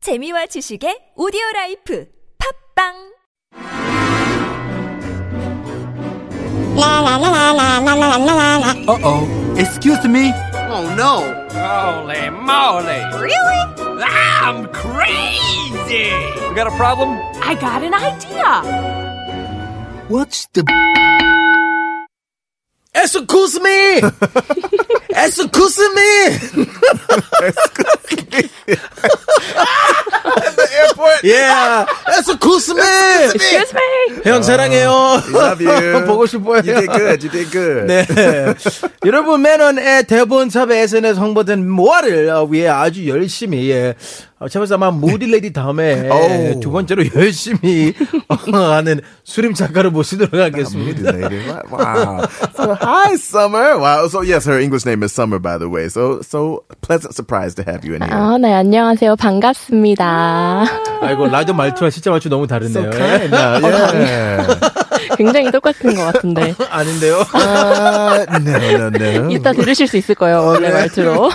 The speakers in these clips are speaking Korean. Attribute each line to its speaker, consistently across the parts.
Speaker 1: 재미와 지식의 오디오 라이프 팝빵
Speaker 2: 라라라라라라라라라
Speaker 3: Uh-oh. Excuse me?
Speaker 4: Oh no!
Speaker 5: Holy moly!
Speaker 1: Really?
Speaker 5: I'm crazy! We got a problem?
Speaker 1: I got an idea.
Speaker 3: What's the
Speaker 4: Excuse me! Excuse me! Yeah! Excuse me!
Speaker 1: Excuse me.
Speaker 4: 형 사랑해요.
Speaker 3: 보고 싶어요.
Speaker 6: You did good. You did good.
Speaker 4: 네. 여러분 매넌의 대본샵의 SNS 홍보된 모아를 어, 위해 아주 열심히 예. 어, 제발사마 무디레디 다음에
Speaker 6: 어우.
Speaker 4: 두 번째로 열심히 어, 하는 수림 작가를 모시도록 하겠습니다.
Speaker 6: Lady, what? Wow. So, hi, Summer. Wow. So yes, her English name is Summer, by the way. So so pleasant surprise to have you in here.
Speaker 7: 아, 네, 안녕하세요. 반갑습니다.
Speaker 4: 아이고 라디오 말투와 실제 말투 너무 다르네요. 예.
Speaker 6: Uh, yeah.
Speaker 7: 굉장히 똑같은 것 같은데.
Speaker 4: 아닌데요.
Speaker 6: uh, no, no, no.
Speaker 7: 이따 들으실 수 있을 거예요. 원래 말투로.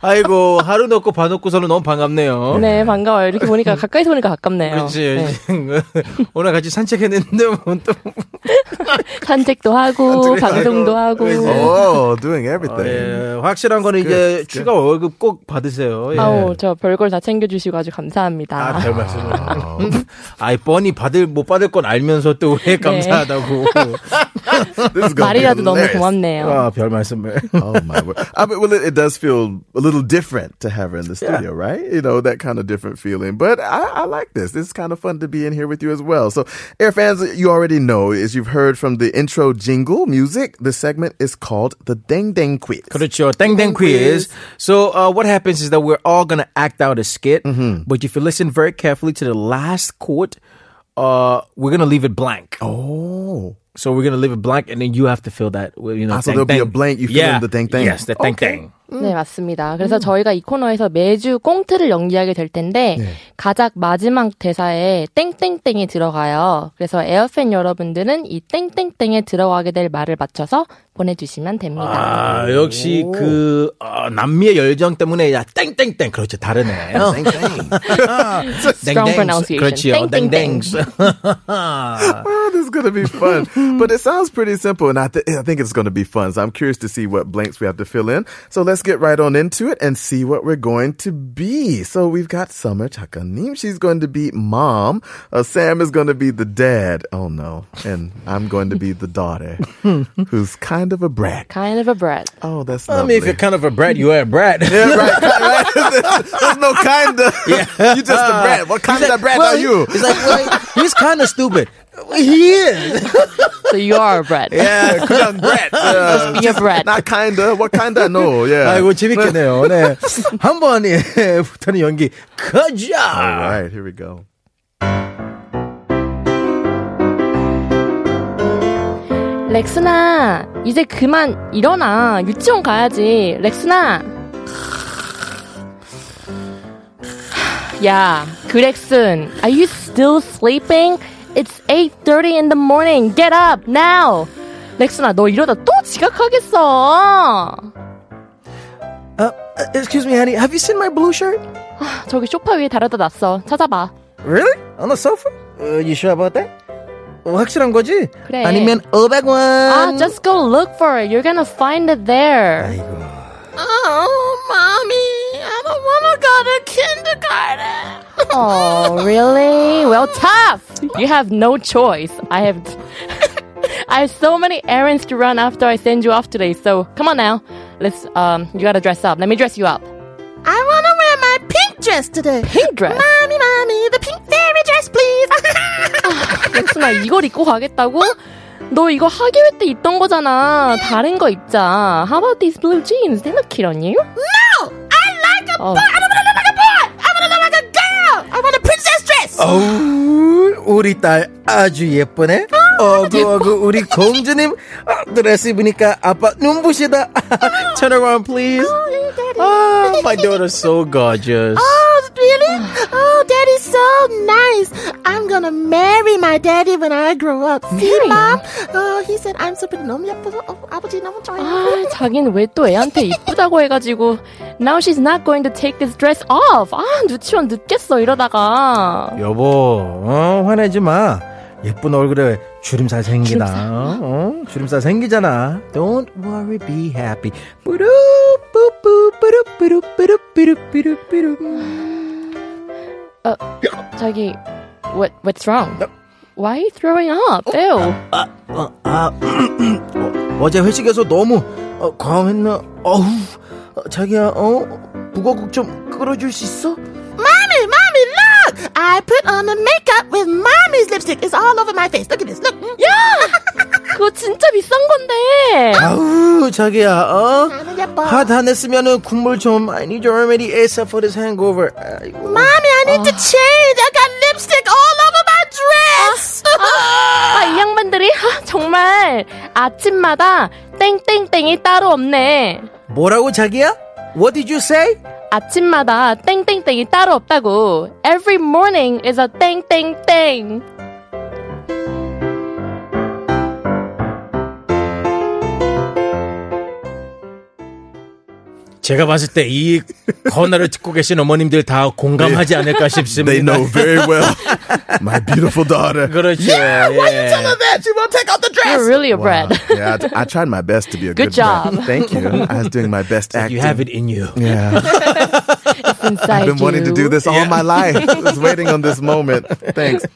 Speaker 4: 아이고 하루 넣고 반 넣고서는 너무 반갑네요.
Speaker 7: 네, 반가워요. 이렇게 보니까 가까이서 보니까 가깝네요.
Speaker 4: 어. 그렇지.
Speaker 7: 네.
Speaker 4: 오늘 같이 산책했는데 뭐또
Speaker 7: 산책도 하고, 방송도 하고.
Speaker 6: Oh, doing everything.
Speaker 4: 예, 확실한 거는 이제 추가 월급 꼭 받으세요. 예.
Speaker 7: 아우, 저 별걸 다 챙겨주시고 아주 감사합니다.
Speaker 4: 아, 별 말씀을. 음. 아이, 뻔히 받을, 못 받을 건 알면서 또 왜 감사하다고. 네.
Speaker 6: This is gonna be
Speaker 7: 말이라도 너무
Speaker 6: hilarious.
Speaker 7: 고맙네요.
Speaker 4: 아, 별 말씀을.
Speaker 6: Oh my word! I mean, well, it, it does feel a little different to have her in the studio, right? You know that kind of different feeling. But I, I like this. It's kind of fun to be in here with you as well. So, air fans, you already know as you've heard from the intro jingle music. This segment is called the Dang Dang Quiz.
Speaker 4: 그렇죠. 땡땡 quiz. So uh, what happens is that we're all gonna act out a skit, but if you listen very carefully to the last quote, uh, we're gonna leave it blank.
Speaker 6: Oh,
Speaker 4: So we're gonna leave it blank, and then you have to fill that. well, You know,
Speaker 6: Ah, so
Speaker 4: 땡,
Speaker 6: there'll be
Speaker 4: 땡.
Speaker 6: a blank, you fill
Speaker 4: yeah.
Speaker 6: in the 땡, 땡.
Speaker 4: Yes, the 땡 땡.
Speaker 7: 네, 맞습니다. 그래서 저희가 이 코너에서 매주 꽁트를 연기하게 될 텐데 가장 마지막 대사에 땡땡땡이 들어가요. 그래서 에어팬 여러분들은 이 땡땡땡에 들어가게 될 말을 맞춰서 보내주시면 됩니다.
Speaker 4: 아 역시
Speaker 6: Oh.
Speaker 4: 그 어, 남미의 열정 때문에 야 땡땡땡 그렇죠 다르네.
Speaker 6: Dang Dang.
Speaker 7: Strong pronunciation.
Speaker 4: 그렇지요. 땡땡땡.
Speaker 7: 땡땡땡.
Speaker 6: Oh, this is gonna be fun. but it sounds pretty simple, and I, th- I think it's gonna be fun. So I'm curious to see what blanks we have to fill in. So let's get right on into it and see what we're going to be. So we've got Summer Chakanim. She's going to be mom. Uh, Sam is going to be the dad. Oh no, and I'm going to be the daughter, who's kind of a brat.
Speaker 7: Kind of a brat.
Speaker 6: Oh, that's
Speaker 4: I
Speaker 6: lovely.
Speaker 4: mean, if you're kind of a brat, you are a brat.
Speaker 6: yeah, right, right. There's no kind of. Yeah. you just
Speaker 4: Ah.
Speaker 6: a brat. What kind of brat are you?
Speaker 4: It's like well, he's kind of stupid. He is.
Speaker 7: So you are a brat.
Speaker 6: Yeah, 그냥 brat. Uh,
Speaker 7: Be a brat.
Speaker 6: Not kinda. What kinda? No. Yeah.
Speaker 4: 아이고 재밌겠네요. 네. 한번 예, 붙어는 연기 가자.
Speaker 6: All right, here we go.
Speaker 7: 렉스나 이제 그만 일어나 유치원 가야지 렉스나 야 그렉슨 Are you still sleeping? It's 8.30 in the morning Get up now 렉스나 너 이러다 또 지각하겠어
Speaker 4: Uh, excuse me, honey. Have you seen my blue shirt?
Speaker 7: 저기 소파 위에 달아다 놨어 찾아봐
Speaker 4: Really? On the sofa? Uh, you sure about that? 어, 확실한 거지?
Speaker 7: 그래.
Speaker 4: 아니면 500원.
Speaker 7: 아, Ah, just go look for it. You're gonna find it there. Oh, mommy, I don't wanna go to kindergarten. oh, really? Well, tough. You have no choice. I have, I have so many errands to run after I send you off today. So come on now, let's. Um, you gotta dress up. Let me dress you up.
Speaker 2: I wanna wear my pink dress today.
Speaker 7: Pink dress.
Speaker 2: Mommy, mommy, the pink fairy dress, please.
Speaker 7: 백순아 이걸 입고 가겠다고? 너 이거 학예회 때 입던 거잖아. 다른 거 입자. How about these blue jeans? They look cute on you.
Speaker 2: no, I like a
Speaker 7: Oh.
Speaker 2: boy. I don't wanna look like a boy. I wanna look like a girl. I want a princess dress.
Speaker 4: 어우, 우리 딸 아주 예쁘네. 어구 어구 우리 공주님 아, 드레스 입으니까 아빠 눈부시다. Turn around, please. 아,
Speaker 2: Oh, daddy.
Speaker 4: Ah, my daughter's so gorgeous.
Speaker 2: Oh, really? Oh, daddy's so nice. I'm gonna marry my daddy when I grow up. See,
Speaker 7: Marry him?
Speaker 2: mom? Oh, he said I'm super 너무 예뻐서 어, 아버지 너무 좋아요.
Speaker 7: 아, 자기는 왜 또 애한테 이쁘다고 해가지고 Now she's not going to take this dress off. 아, 누치원 늦겠어 이러다가
Speaker 4: 여보, 어, 화내지 마. 예쁜 얼굴에 주름살 생기나. 어? 주름살 생기잖아. Don't worry, be happy. 뿌루, 뿌뿌, 뿌루, 뿌루, 뿌루, 뿌루, 뿌루, 뿌루.
Speaker 7: 자기 what what's wrong? Why are you throwing up? Ew.
Speaker 4: 어, 아, 어, 어제 회식에서 너무 어, 과음했나? 어우, 어, 자기야, 어? 북어국 좀 끓여줄 수 있어?
Speaker 2: Mommy, mommy, look! I put on the makeup with mommy's lipstick. It's all over my face. Look at this. Look.
Speaker 7: Mm-hmm.
Speaker 2: Mm.
Speaker 7: 그거 진짜 비싼 건데.
Speaker 4: 아우, 자기야, 어?
Speaker 2: 나는 예뻐.
Speaker 4: 화다 냈으면은 국물 좀 I need your remedy ASAP for this hangover. 아이고.
Speaker 2: Mommy, I need to
Speaker 7: Oh.
Speaker 2: change. I got lipstick all over my dress.
Speaker 7: 아, 이 양반들이 아, 정말 아침마다 땡땡땡이 따로 없네.
Speaker 4: 뭐라고 자기야? What did you say?
Speaker 7: 아침마다 땡땡땡이 따로 없다고. Every morning is a 땡땡땡.
Speaker 4: 제가 봤을 때 이 건화를 듣고 계신 어머님들 다 공감하지 않을까 싶습니다.
Speaker 6: They know very well. My beautiful daughter.
Speaker 4: 그렇죠. 예.
Speaker 6: that she won't take out the dress.
Speaker 7: You're really a brat.
Speaker 6: Uh, yeah, I, I tried my best to be a good,
Speaker 7: Good job.
Speaker 6: brat. Thank you. I was doing my best acting.
Speaker 4: You 네. have it in you.
Speaker 6: Yeah,
Speaker 7: Inside
Speaker 6: I've been wanting to do
Speaker 7: you.
Speaker 6: this all my life. I was waiting on this moment. Thanks.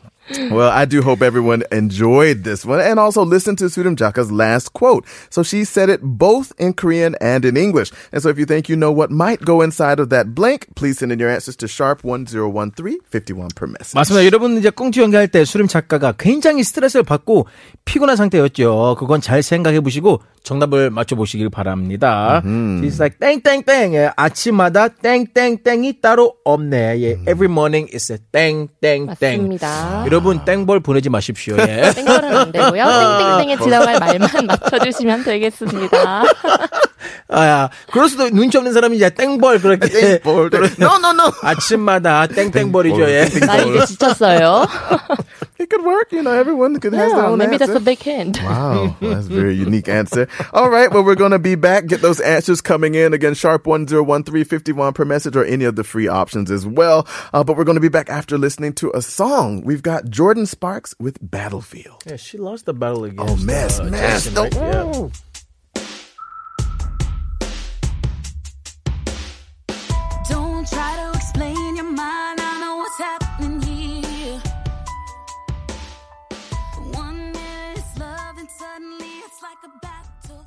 Speaker 6: Well, I do hope everyone enjoyed this one and also listened to Sudam Jaka's last quote. So she said it both in Korean and in English. And so if you think you know what might go inside of that blank, please send in your answers to sharp101351 per message.
Speaker 4: 맞습니다. 여러분 이제 꽁트 연기할 때 수림 작가가 굉장히 스트레스를 받고 피곤한 상태였죠. 그건 잘 생각해 보시고 정답을 맞춰 보시길 바랍니다. It's like 땡땡땡. 예, 아침마다 땡땡땡이 따로 없네. 예, every morning is a 땡땡땡.
Speaker 7: 맞습니다.
Speaker 4: 여러분 땡벌 보내지 마십시오. 예.
Speaker 7: 땡벌은 안 되고요. 땡땡땡에 들어갈 말만 맞춰주시면 되겠습니다.
Speaker 4: 아야, 그럴 수도 눈치 없는 사람이 이제 땡벌 그렇게
Speaker 6: 땡볼, 땡- No, no, no.
Speaker 4: 아침마다
Speaker 6: 어,
Speaker 4: 땡땡벌이죠. 예.
Speaker 7: 나 이제 지쳤어요.
Speaker 6: It could work. You know, everyone could has their
Speaker 7: Yeah,
Speaker 6: own
Speaker 7: maybe that's
Speaker 6: answer.
Speaker 7: what they can.
Speaker 6: Wow, Oh, that's a very unique answer. All right, well, we're going to be back. Get those answers coming in. Again, sharp 101351 per message or any of the free options as well. Uh, but we're going to be back after listening to a song. We've got Jordan Sparks with Battlefield.
Speaker 4: Yeah, she lost the battle again. Uh,
Speaker 6: Oh, mess, mess. Don't-
Speaker 8: Don't try to explain your mind. I know what's happening here. One minute it's love, and suddenly it's like a battlefield.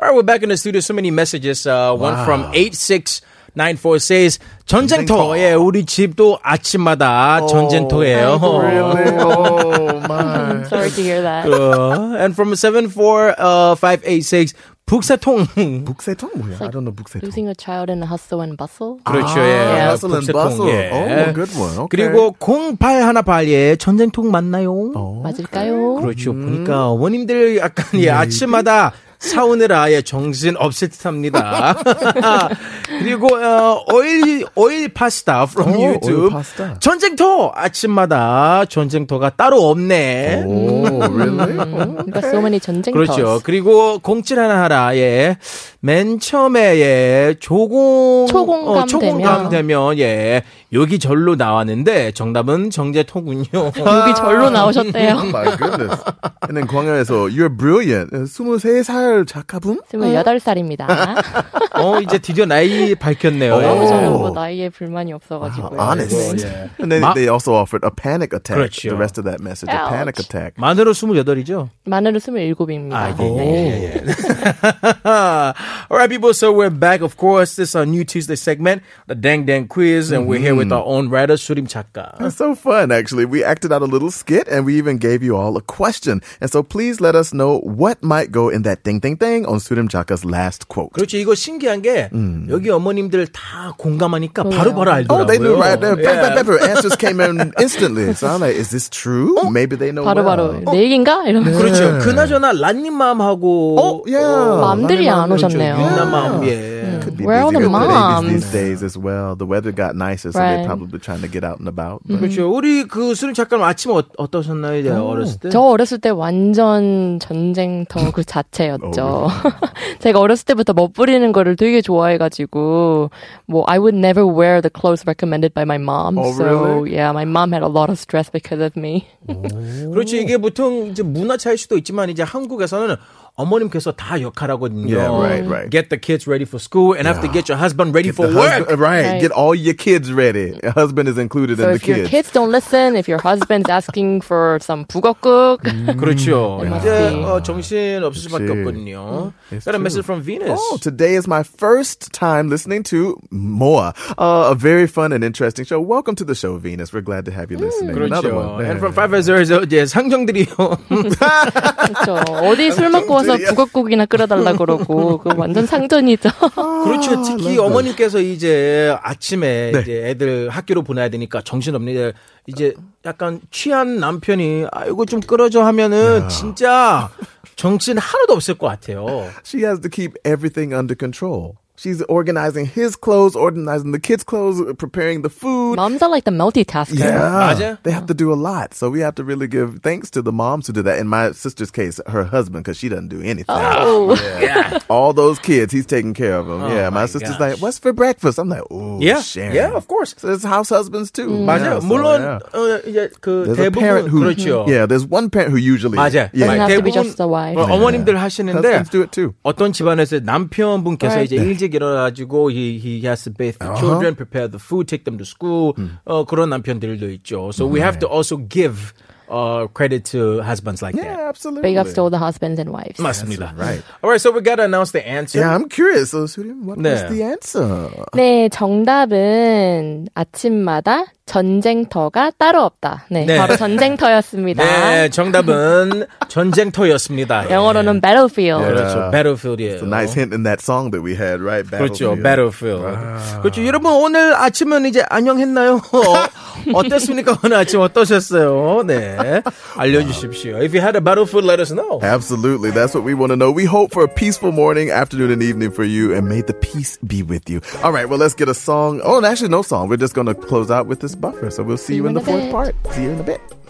Speaker 4: All right, we're back in the studio. So many messages. Uh, One from 8694 says, 전쟁터. 예, 우리 집도 아침마다 전쟁터예요.
Speaker 6: Oh, Really? Oh, my.
Speaker 7: Sorry to hear that.
Speaker 4: 어, and from uh, 74586, 북사통.
Speaker 6: 북새통 뭐야? I don't know 북새통.
Speaker 7: Losing a child in a hustle and bustle.
Speaker 4: 그렇죠,
Speaker 6: 아,
Speaker 4: 예.
Speaker 6: hustle and
Speaker 4: 북새통,
Speaker 6: bustle.
Speaker 4: 예.
Speaker 6: Oh, good one. Okay.
Speaker 4: 그리고 0818, 예, 전쟁통 맞나요?
Speaker 6: Oh.
Speaker 7: 맞을까요?
Speaker 4: 그렇죠.
Speaker 6: 음.
Speaker 4: 보니까 어머님들 약간
Speaker 6: 네.
Speaker 4: 예, 아침마다 사오느라 예, 정신 없을 듯합니다. 그리고 어, 오일 오일 파스타 from
Speaker 6: 어, 오,
Speaker 4: YouTube.
Speaker 6: 오일 파스타.
Speaker 4: 전쟁터 아침마다 전쟁터가 따로 없네.
Speaker 6: Oh, really?
Speaker 7: 그러니까 so many 전쟁터.
Speaker 4: 그렇죠. 그리고 07 하나 하라 예. 맨 처음에 예. 조공
Speaker 7: 초공감
Speaker 4: 어, 초공감
Speaker 7: 되면.
Speaker 4: 되면 예. 여기 절로 나왔는데 정답은 정제토군요.
Speaker 7: 여기 절로 나오셨대요.
Speaker 6: Oh, My goodness. And then 광야에서 you're brilliant. 23살 작가분?
Speaker 7: 28살입니다.
Speaker 4: 어 이제 드디어 나이 밝혔네요. 예.
Speaker 6: 오.
Speaker 7: 저는 뭐 나이에 불만이
Speaker 6: How
Speaker 7: 없어가지고요. 네.
Speaker 6: honest.
Speaker 4: Yeah.
Speaker 6: And then
Speaker 4: Ma-
Speaker 6: they also offered a panic attack.
Speaker 4: Correctio.
Speaker 6: The rest of that message, a
Speaker 7: Ouch.
Speaker 6: panic attack.
Speaker 4: 만으로 28이죠?
Speaker 7: 만으로 27입니다.
Speaker 4: 아, All right, people. So we're back. Of course, this is our new Tuesday segment, the Dang Dang Quiz, and we're here with
Speaker 6: Mm-hmm.
Speaker 4: our own writer, Surim Chaka.
Speaker 6: It's so fun, actually. We acted out a little skit and we even gave you all a question. And so please let us know what might go in that thing, thing, thing on Sudam Chaka's last quote.
Speaker 4: 그렇죠. 이거 신기한 게 여기 어머님들 다 공감하니까 바로바로 알더라고요.
Speaker 6: 음.
Speaker 4: 네.
Speaker 6: Oh, they knew right there.
Speaker 4: Yeah.
Speaker 6: Pepper, pepper. Answers came in instantly. So I'm like, is this true?
Speaker 7: Oh,
Speaker 6: Maybe they know. well.
Speaker 7: 바로바로 내 얘긴가? 이러면서
Speaker 6: 네.
Speaker 4: 그렇죠. 그나저나 란님 마음하고
Speaker 6: Oh, yeah. 그렇죠.
Speaker 7: 맘들이 그러니까 안
Speaker 4: 그렇죠.
Speaker 7: 오셨네요.
Speaker 4: 윤남 마음. 예.
Speaker 6: Could be
Speaker 7: Where are all
Speaker 6: busy
Speaker 7: the
Speaker 6: with the babies
Speaker 7: moms?
Speaker 6: these days as well. The weather got nicer, so
Speaker 7: Right. Mm-hmm.
Speaker 6: they're probably trying to get out and about. but-
Speaker 4: 그렇죠. 우리 그 수림 작가님 아침 어, 어떠셨나요? 이제 어렸을 때?
Speaker 7: 저 어렸을 때 완전 전쟁터 그 자체였죠. 제가 어렸을 때부터 멋부리는 거를 되게 좋아해가지고, 뭐, I would never wear the clothes recommended by my mom.
Speaker 6: Oh,
Speaker 7: so,
Speaker 6: really?
Speaker 7: yeah, my mom had a lot of stress because of me.
Speaker 6: 음.
Speaker 4: 그렇지 이게 보통 이제 문화 차일 수도 있지만 이제 한국에서는 어머님께서 다 역할하거든요.
Speaker 6: Yeah, right, right.
Speaker 4: Get the kids ready for school and have to get your husband ready
Speaker 6: The
Speaker 4: for work.
Speaker 6: husband- right.
Speaker 7: Right.
Speaker 6: Get all your kids ready. A husband is included
Speaker 7: So
Speaker 6: in the
Speaker 7: if your
Speaker 6: kids.
Speaker 7: kids don't listen, if your husband's asking for some 북어국,
Speaker 6: Mm.
Speaker 4: 그렇죠.
Speaker 7: 음.
Speaker 4: 이제
Speaker 7: 음.
Speaker 4: 어, 정신 없을 수밖에
Speaker 6: 그치.
Speaker 4: 없거든요.
Speaker 6: It's
Speaker 4: Got a
Speaker 6: true.
Speaker 4: message from Venus.
Speaker 6: Oh, today is my first time listening to Moa, uh, a very fun and interesting show. Welcome to the show, Venus. We're glad to have you listening. Another
Speaker 4: 그렇죠.
Speaker 6: one.
Speaker 4: And from 500 이제 상정들이요.
Speaker 7: 그렇죠. 어디 술 먹고 와서 북어국이나 끓여달라 그러고, 그 완전 상전이죠.
Speaker 4: 그렇죠. 특히 어머님께서 이제 아침에
Speaker 6: 네.
Speaker 4: 이제 애들 학교로 보내야 되니까 정신없는데 이제 약간 취한 남편이 아이고 좀 끌어줘 하면은 진짜 정신 하나도 없을 것 같아요.
Speaker 6: She has to keep everything under control. She's organizing his clothes, organizing the kids' clothes, preparing the food.
Speaker 7: Moms are like the multitasker.
Speaker 4: 맞아요.
Speaker 6: They have to do a lot. So we have to really give thanks to the moms who do that. In my sister's case, her husband, because she doesn't do anything.
Speaker 7: Oh.
Speaker 6: Yeah. All those kids, he's taking care of them. yeah.
Speaker 4: Oh,
Speaker 6: My,
Speaker 4: my
Speaker 6: sister's
Speaker 4: gosh.
Speaker 6: like, what's for breakfast? I'm like, ooh,
Speaker 4: Yeah.
Speaker 6: Sharon.
Speaker 4: Yeah, of course. Mm.
Speaker 6: So it's house husbands too.
Speaker 4: 맞아요.
Speaker 6: Yeah, so,
Speaker 4: 물론
Speaker 6: yeah.
Speaker 4: 어, 이제 그
Speaker 6: 네, There's a 음. 예, parent
Speaker 4: 대부분
Speaker 6: who,
Speaker 4: 그렇죠.
Speaker 6: yeah, there's one parent who usually,
Speaker 4: 맞아요.
Speaker 6: yeah,
Speaker 7: Doesn't have to be
Speaker 4: 대부분
Speaker 7: just the wife.
Speaker 4: 어, 어머님들 하시는데
Speaker 6: Husbands do it 네. too. 네.
Speaker 4: 어떤 집안에서 남편분께서
Speaker 7: Right.
Speaker 4: 이제 일찍 일어나가지고 he, he has to bathe
Speaker 6: Uh-huh.
Speaker 4: the children, prepare the food, take them to school.
Speaker 6: 음.
Speaker 4: 어, 그런 남편들도 있죠. So we
Speaker 6: 네.
Speaker 4: have to also give uh, credit to husbands like
Speaker 6: yeah,
Speaker 4: that.
Speaker 6: absolutely.
Speaker 7: Big ups to all the husbands and wives.
Speaker 4: 네. 맞습니다.
Speaker 6: right.
Speaker 4: Alright, so we gotta announce the answer.
Speaker 6: Yeah, I'm curious. So, Sudim, what was
Speaker 4: 네.
Speaker 6: the answer?
Speaker 7: 네, 정답은 아침마다 전쟁터가 따로 없다. 네,
Speaker 4: 네.
Speaker 7: 바로 전쟁터였습니다.
Speaker 4: 네, 정답은 전쟁터였습니다. 네.
Speaker 7: 영어로는 battlefield.
Speaker 4: 그렇죠. Battlefield이에요.
Speaker 6: It's a nice hint in that song that we had, right?
Speaker 4: 그렇죠.
Speaker 6: Battlefield.
Speaker 4: Battlefield. 그렇죠. 여러분 오늘 아침은 이제 안녕했나요? 어, 어땠습니까? 오늘 아침 어떠셨어요? 네. 알려주십시오. If you had a battlefield, let us know.
Speaker 6: Absolutely. That's what we want to know. We hope for a peaceful morning, afternoon, and evening for you, and may the peace be with you. All right, well, let's get a song. Oh, and actually, no song. We're just going to close out with this buffer. So we'll see you in the
Speaker 7: in a
Speaker 6: fourth
Speaker 7: bit.
Speaker 6: part. See you in a bit.